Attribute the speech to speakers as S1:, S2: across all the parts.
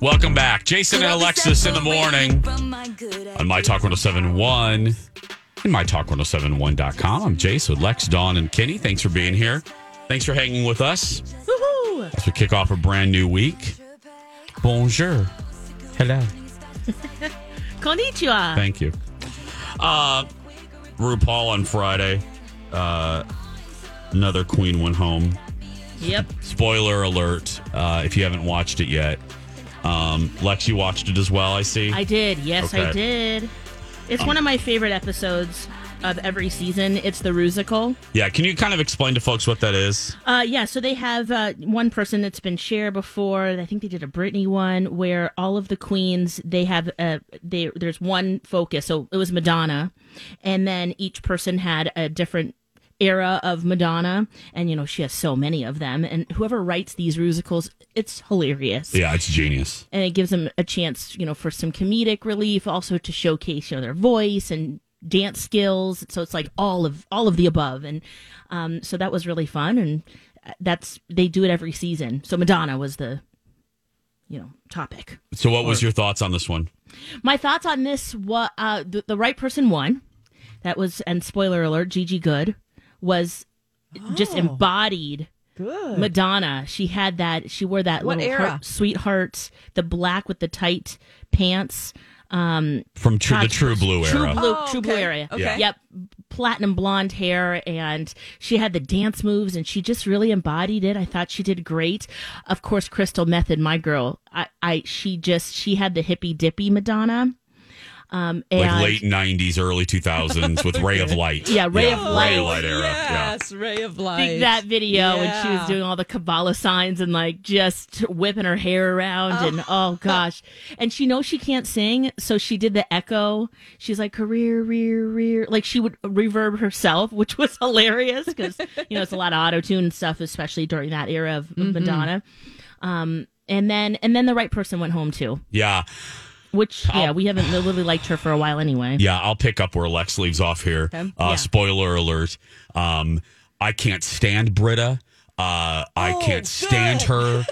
S1: Welcome back, Jason and Alexis in the morning on My Talk 1071 and MyTalk1071.com. I'm Jace with Lex, Dawn, and Kenny. Thanks for being here. Thanks for hanging with us as we kick off a brand new week. Bonjour. Hello.
S2: Konnichiwa.
S1: Thank you. Uh, RuPaul on Friday. Uh, another queen went home.
S2: Yep.
S1: Spoiler alert uh, if you haven't watched it yet. Um, Lex, you watched it as well, I see.
S2: I did. Yes,
S1: Okay.
S2: I did. It's one of my favorite episodes of every season. It's the Rusical.
S1: Yeah, can you kind of explain to folks what that is?
S2: Uh, yeah, so they have uh, one person that's been shared before. I think they did a Britney one where all of the queens they have uh, they there's one focus. So it was Madonna, and then each person had a different era of Madonna, and you know she has so many of them. And whoever writes these musicals, it's hilarious.
S1: Yeah, it's genius.
S2: and it gives them a chance, you know, for some comedic relief, also to showcase, you know, their voice and dance skills. So it's like all of all of the above, and um, so that was really fun. And uh, that's they do it every season. So Madonna was the, you know, topic.
S1: So, what was your thoughts on this one?
S2: My thoughts on this: what uh, the, the right person won. That was, and spoiler alert: Gigi Good was just embodied
S3: Oh. Good.
S2: Madonna. She had that. She wore that
S3: What
S2: little
S3: era?
S2: heart, sweetheart, the black with the tight pants. Um,
S1: From tr- the
S2: Todd-
S1: True Blue era.
S2: True blue,
S3: Oh,
S2: true
S3: okay.
S2: blue area.
S3: Okay.
S2: Yep. Platinum blonde hair, and she had the dance moves, and she just really embodied it. I thought she did great. Of course, Crystal Method, my girl. I, I she just she had the hippy dippy Madonna. Um, and
S1: like late 90s, early 2000s with Ray of Light.
S2: Yeah, Ray of
S1: Ray
S2: Light.
S1: of Light era. Yeah.
S3: Yes, ray of light.
S2: that video and she
S3: Yeah.
S2: was doing all the Kabbalah signs and like just whipping her hair around and oh gosh. And she knows she can't sing, so she did the echo. She's like career, rear, rear. Like she would reverb herself, which was hilarious because you know it's a lot of auto tune and stuff, especially during that era of of Madonna. Um, and then and then the right person went home too,
S1: Yeah.
S2: which yeah we haven't really liked her for a while anyway.
S1: Yeah, I'll pick up where Lex leaves off here. Uh,
S2: Yeah.
S1: Spoiler alert. Um, I can't stand Britta. Uh, I
S2: Oh,
S1: can't stand her.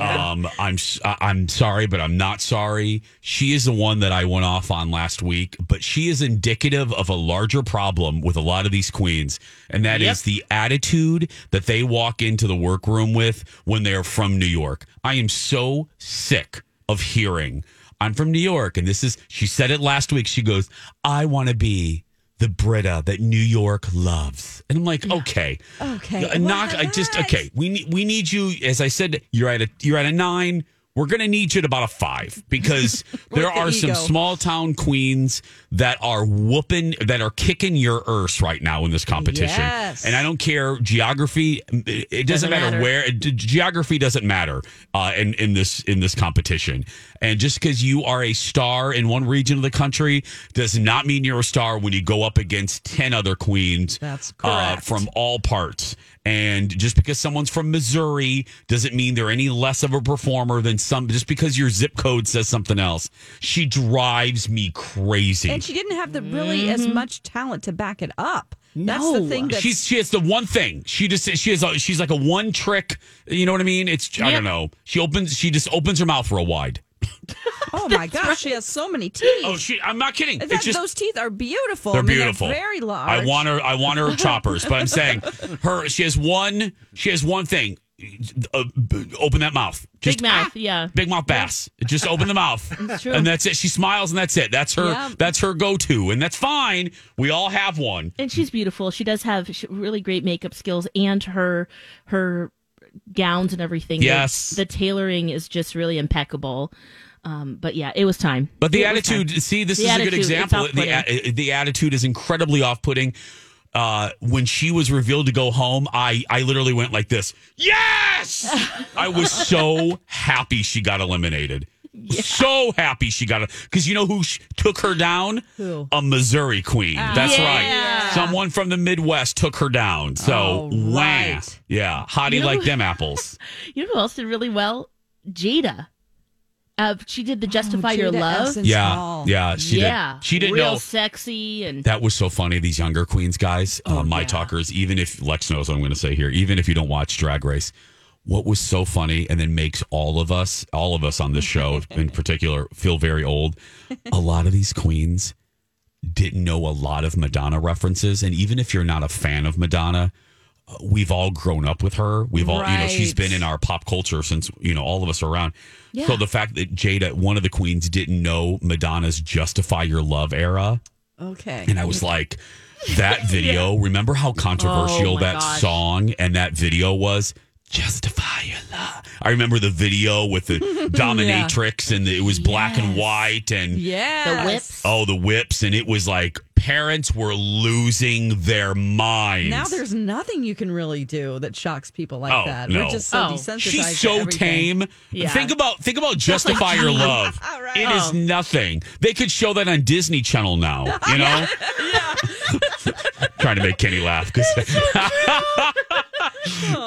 S1: Um, I'm s- I- I'm sorry, but I'm not sorry. She is the one that I went off on last week, but she is indicative of a larger problem with a lot of these queens, and that is
S2: Yep.
S1: the attitude that they walk into the workroom with when they are from New York. I am so sick of hearing. I'm from New York, and this is. She said it last week. She goes, "I want to be." The Brita that New York loves, and I'm like, okay,
S3: Okay,
S1: Uh, knock. I just
S3: what?
S1: okay. We need we need you. As I said, you're at a you're at a nine. We're gonna need you at about a five because there
S3: Work the
S1: are some
S3: ego.
S1: small town queens that are whooping that are kicking your earth right now in this competition.
S3: Yes.
S1: And I don't care geography. It it doesn't,
S2: Doesn't
S1: matter,
S2: matter.
S1: where it- geography doesn't matter uh, in in this in this competition. And just because you are a star in one region of the country does not mean you're a star when you go up against ten other queens uh,
S3: That's correct.
S1: from all parts. And just because someone's from Missouri doesn't mean they're any less of a performer than some. Just because your zip code says something else, she drives me crazy.
S3: And she didn't have the really as much talent to back it up. That's the
S2: No.
S3: thing that
S1: Mm-hmm. she's she has the one thing she just she has a, she's like a one trick you know what i mean it's i don't know she opens she just opens her mouth real wide
S3: Oh my gosh, she has so many teeth.
S1: oh she i'm not kidding
S3: In
S1: it's
S3: fact,
S1: just
S3: those teeth are beautiful.
S1: they're
S3: I mean,
S1: beautiful
S3: very large.
S1: i want her i want her choppers but i'm saying her she has one she has one thing uh, b- open that mouth. Just,
S2: Big mouth, yeah.
S1: Big mouth bass. Just open the mouth,
S2: true.
S1: and that's it. She smiles, and that's it. That's her.
S3: Yeah.
S1: That's her go-to, and that's fine. We all have one.
S2: And she's beautiful. She does have sh- really great makeup skills, and her her gowns and everything.
S1: Yes.
S2: the, the tailoring is just really impeccable. Um, but yeah, it was time.
S1: But the
S2: It was
S1: attitude,
S2: time.
S1: see, this
S2: The
S1: is a good
S2: attitude, it's
S1: example. The, a-
S2: off-putting.
S1: the attitude is incredibly off-putting. Uh, when she was revealed to go home, I I literally went like this. Yes, I was so happy she got eliminated. So happy she got it because you know who sh- took her down?
S2: Who? Ah.
S1: A Missouri queen. That's right.
S2: Yeah.
S1: Someone from the Midwest took her down. So,
S3: All
S1: wham.
S3: right.
S1: yeah, hottie
S2: You know-
S1: like them apples.
S2: You know who else did really well? Jada. Uh, she did the Justify Your
S3: Oh, Jada
S2: Love.
S3: Essence
S1: yeah,
S3: Hall.
S1: yeah, she
S2: yeah,
S1: did. She didn't
S2: real
S1: know.
S2: sexy and
S1: That was so funny. These younger queens, guys, uh, my talkers. Even if Lex knows what I'm going to say here, even if you don't watch Drag Race, what was so funny and then makes all of us, all of us on this show in particular, feel very old. A lot of these queens didn't know a lot of Madonna references, and even if you're not a fan of Madonna. uh, We've all grown up with her. We've all, you know, she's
S3: Right.
S1: been in our pop culture since, you know, all of us are around. So the fact that Jada, one of the queens, didn't know Madonna's Justify Your Love era,
S3: Okay.
S1: and I was like, that video, remember how controversial
S2: Oh, my
S1: that
S2: gosh.
S1: song and that video was? Justify your love. I remember the video with the dominatrix and the, it was black and white and
S3: Yeah.
S2: the whips.
S1: oh the whips and it was like parents were losing their minds.
S3: Now there's nothing you can really do that shocks people like
S1: Oh,
S3: that.
S1: no.
S3: We're just so
S2: Oh.
S3: desensitized. to
S1: She's so
S3: everything.
S1: tame.
S2: Yeah.
S1: Think about think about justify your love. It is
S2: Oh.
S1: nothing. They could show that on Disney Channel now. You know. Trying to make Kenny laugh because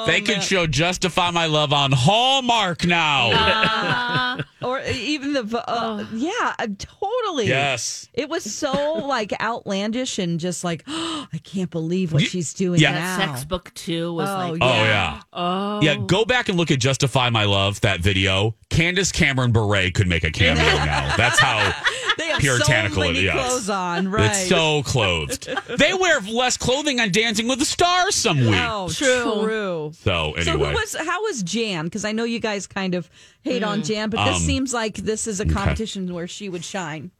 S1: they could show justify my love on Hallmark now.
S3: Or even the. vo- Uh, Yeah, uh, totally.
S1: Yes.
S3: It was so like outlandish and just like, I can't believe what she's doing
S1: Yeah.
S3: now.
S2: that sex book too was
S3: Oh,
S2: like
S1: Oh yeah. Oh. Yeah, go back and look at Justify My Love, that video. Candace Cameron Bure could make a cameo now. That's how
S3: They have
S1: Puritanical,
S3: so many
S1: yes.
S3: clothes on, right?
S1: It's so clothed. they wear less clothing on Dancing with the Stars some week.
S3: oh,
S2: True.
S3: true.
S1: So anyway,
S3: So who was how was Jan? Because I know you guys kind of hate
S2: Mm.
S3: on Jan, but
S1: Um,
S3: this seems like this is a competition where she would shine.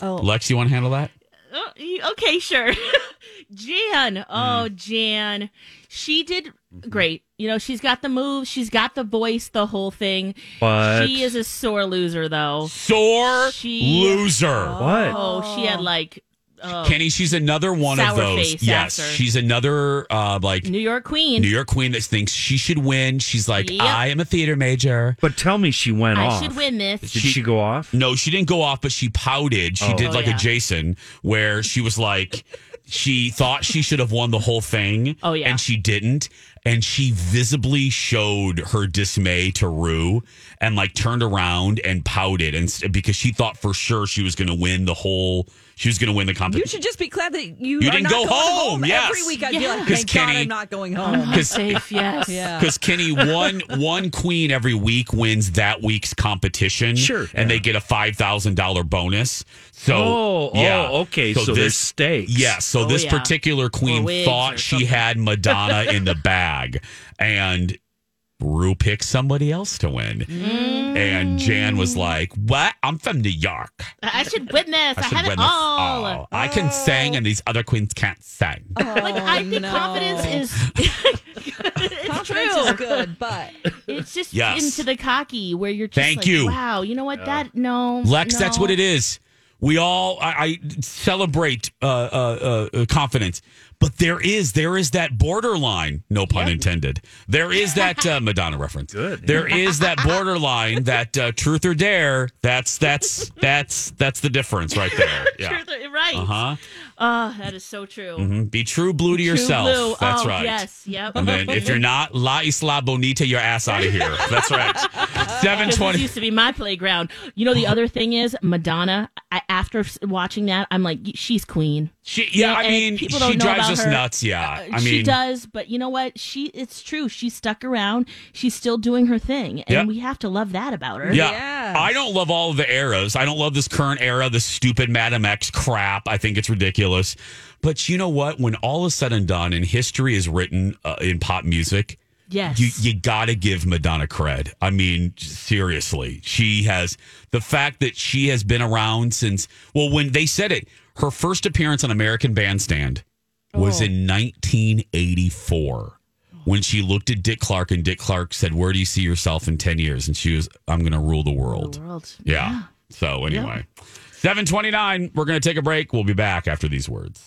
S1: Lex, you want to handle that?
S2: Oh, y- okay, sure. Jan.
S1: Mm.
S2: Oh, Jan. She did
S1: Mm-hmm.
S2: great. You know, she's got the move, she's got the voice, the whole thing.
S4: But-
S2: She is a sore loser, though.
S1: Sore
S2: She-
S1: loser.
S4: What?
S2: Oh, she had like oh,
S1: Kenny, she's another one of
S2: Sour
S1: those.
S2: face
S1: yes,
S2: after.
S1: she's another uh, like
S2: New York Queen.
S1: New York queen that thinks she should win. She's like,
S2: Yep.
S1: I am a theater major.
S4: But tell me she went
S2: I
S4: off.
S2: should win this.
S4: Did she, go off?
S1: No, she didn't go off, but she pouted. She
S4: Oh.
S1: did
S4: Oh,
S1: like a
S2: yeah.
S1: Jason, where she was like, she thought she should have won the whole thing.
S2: Oh, yeah.
S1: and she didn't, and she visibly showed her dismay to Rue, and like turned around and pouted, and s- because she thought for sure she was going to win the whole, she was going to win the
S3: You
S1: competition.
S3: should just be glad that you,
S1: You
S3: are
S1: didn't
S3: not
S1: go
S3: going
S1: home, yes.
S3: Every week I'd be
S2: Yeah.
S3: like,
S1: 'Cause
S3: thank God
S1: Kenny-
S3: I'm not going home.
S1: Because
S2: Safe, yes.
S3: Yeah.
S1: Because Kenny, one one queen every week wins that week's competition.
S4: Sure.
S1: and they get a five thousand dollar bonus. So
S4: Oh, oh,
S1: yeah.
S4: okay, so there's stakes.
S1: Yes, so
S2: Oh,
S1: this
S2: yeah.
S1: particular
S2: Or
S1: queen
S2: wigs
S1: thought
S2: or
S1: she had Madonna in the bag, and Rue picked somebody else to win.
S4: Mm.
S1: And Jan was like, "What? I'm from New York.
S2: I I should win this. I,
S1: should
S2: have
S1: win
S2: it
S1: this
S2: all.
S1: all. I can sing,
S4: Oh.
S1: and these other queens can't sing."
S2: Like I think
S3: Oh, no.
S2: confidence is it's
S3: Confidence
S2: true.
S3: is good, but
S2: It's just
S1: Yes.
S2: into the cocky where you're just
S1: Thank
S2: like,
S1: you.
S2: wow, you know what? That no
S1: Lex,
S2: no.
S1: that's what it is. We all I, I celebrate uh, uh, uh, confidence, but there is there is that borderline. No pun intended. There is that uh, Madonna reference.
S4: Good,
S1: There is that borderline that uh, truth or dare. That's that's that's that's the difference right there. Yeah.
S2: Truth- Right.
S1: Uh huh.
S2: Oh, that is so true.
S1: Be true blue to yourself.
S2: True blue.
S1: That's
S2: oh,
S1: right.
S2: Yes. Yep.
S1: And then if you're not La Isla Bonita, your ass out of here. That's right. Seven
S2: Because this
S1: twenty.
S2: used to be my playground. You know, the other thing is Madonna. I, after watching that, I'm like, she's queen.
S1: She, yeah, I
S2: and
S1: mean,
S2: people don't
S1: she
S2: know
S1: drives
S2: about
S1: us
S2: her. Uh,
S1: nuts. Yeah, I mean,
S2: she does, but you know what? She it's true. She stuck around. She's still doing her thing, and
S1: Yeah.
S2: we have to love that about her.
S1: Yeah.
S3: Yes.
S1: I don't love all of the eras. I don't love this current era, this stupid Madam X crap. I think it's ridiculous. But you know what? When all is said and done and history is written uh, in pop music,
S2: Yes.
S1: you you gotta give Madonna cred. I mean, seriously, she has the fact that she has been around since. Well, when they said it, her first appearance on American Bandstand
S2: Oh.
S1: was in 1984 when she looked at Dick Clark and Dick Clark said, "Where do you see yourself in 10 years?" And she was, "I'm gonna rule the world."
S2: The world.
S1: Yeah. So anyway, 729. We're gonna take a break. We'll be back after these words.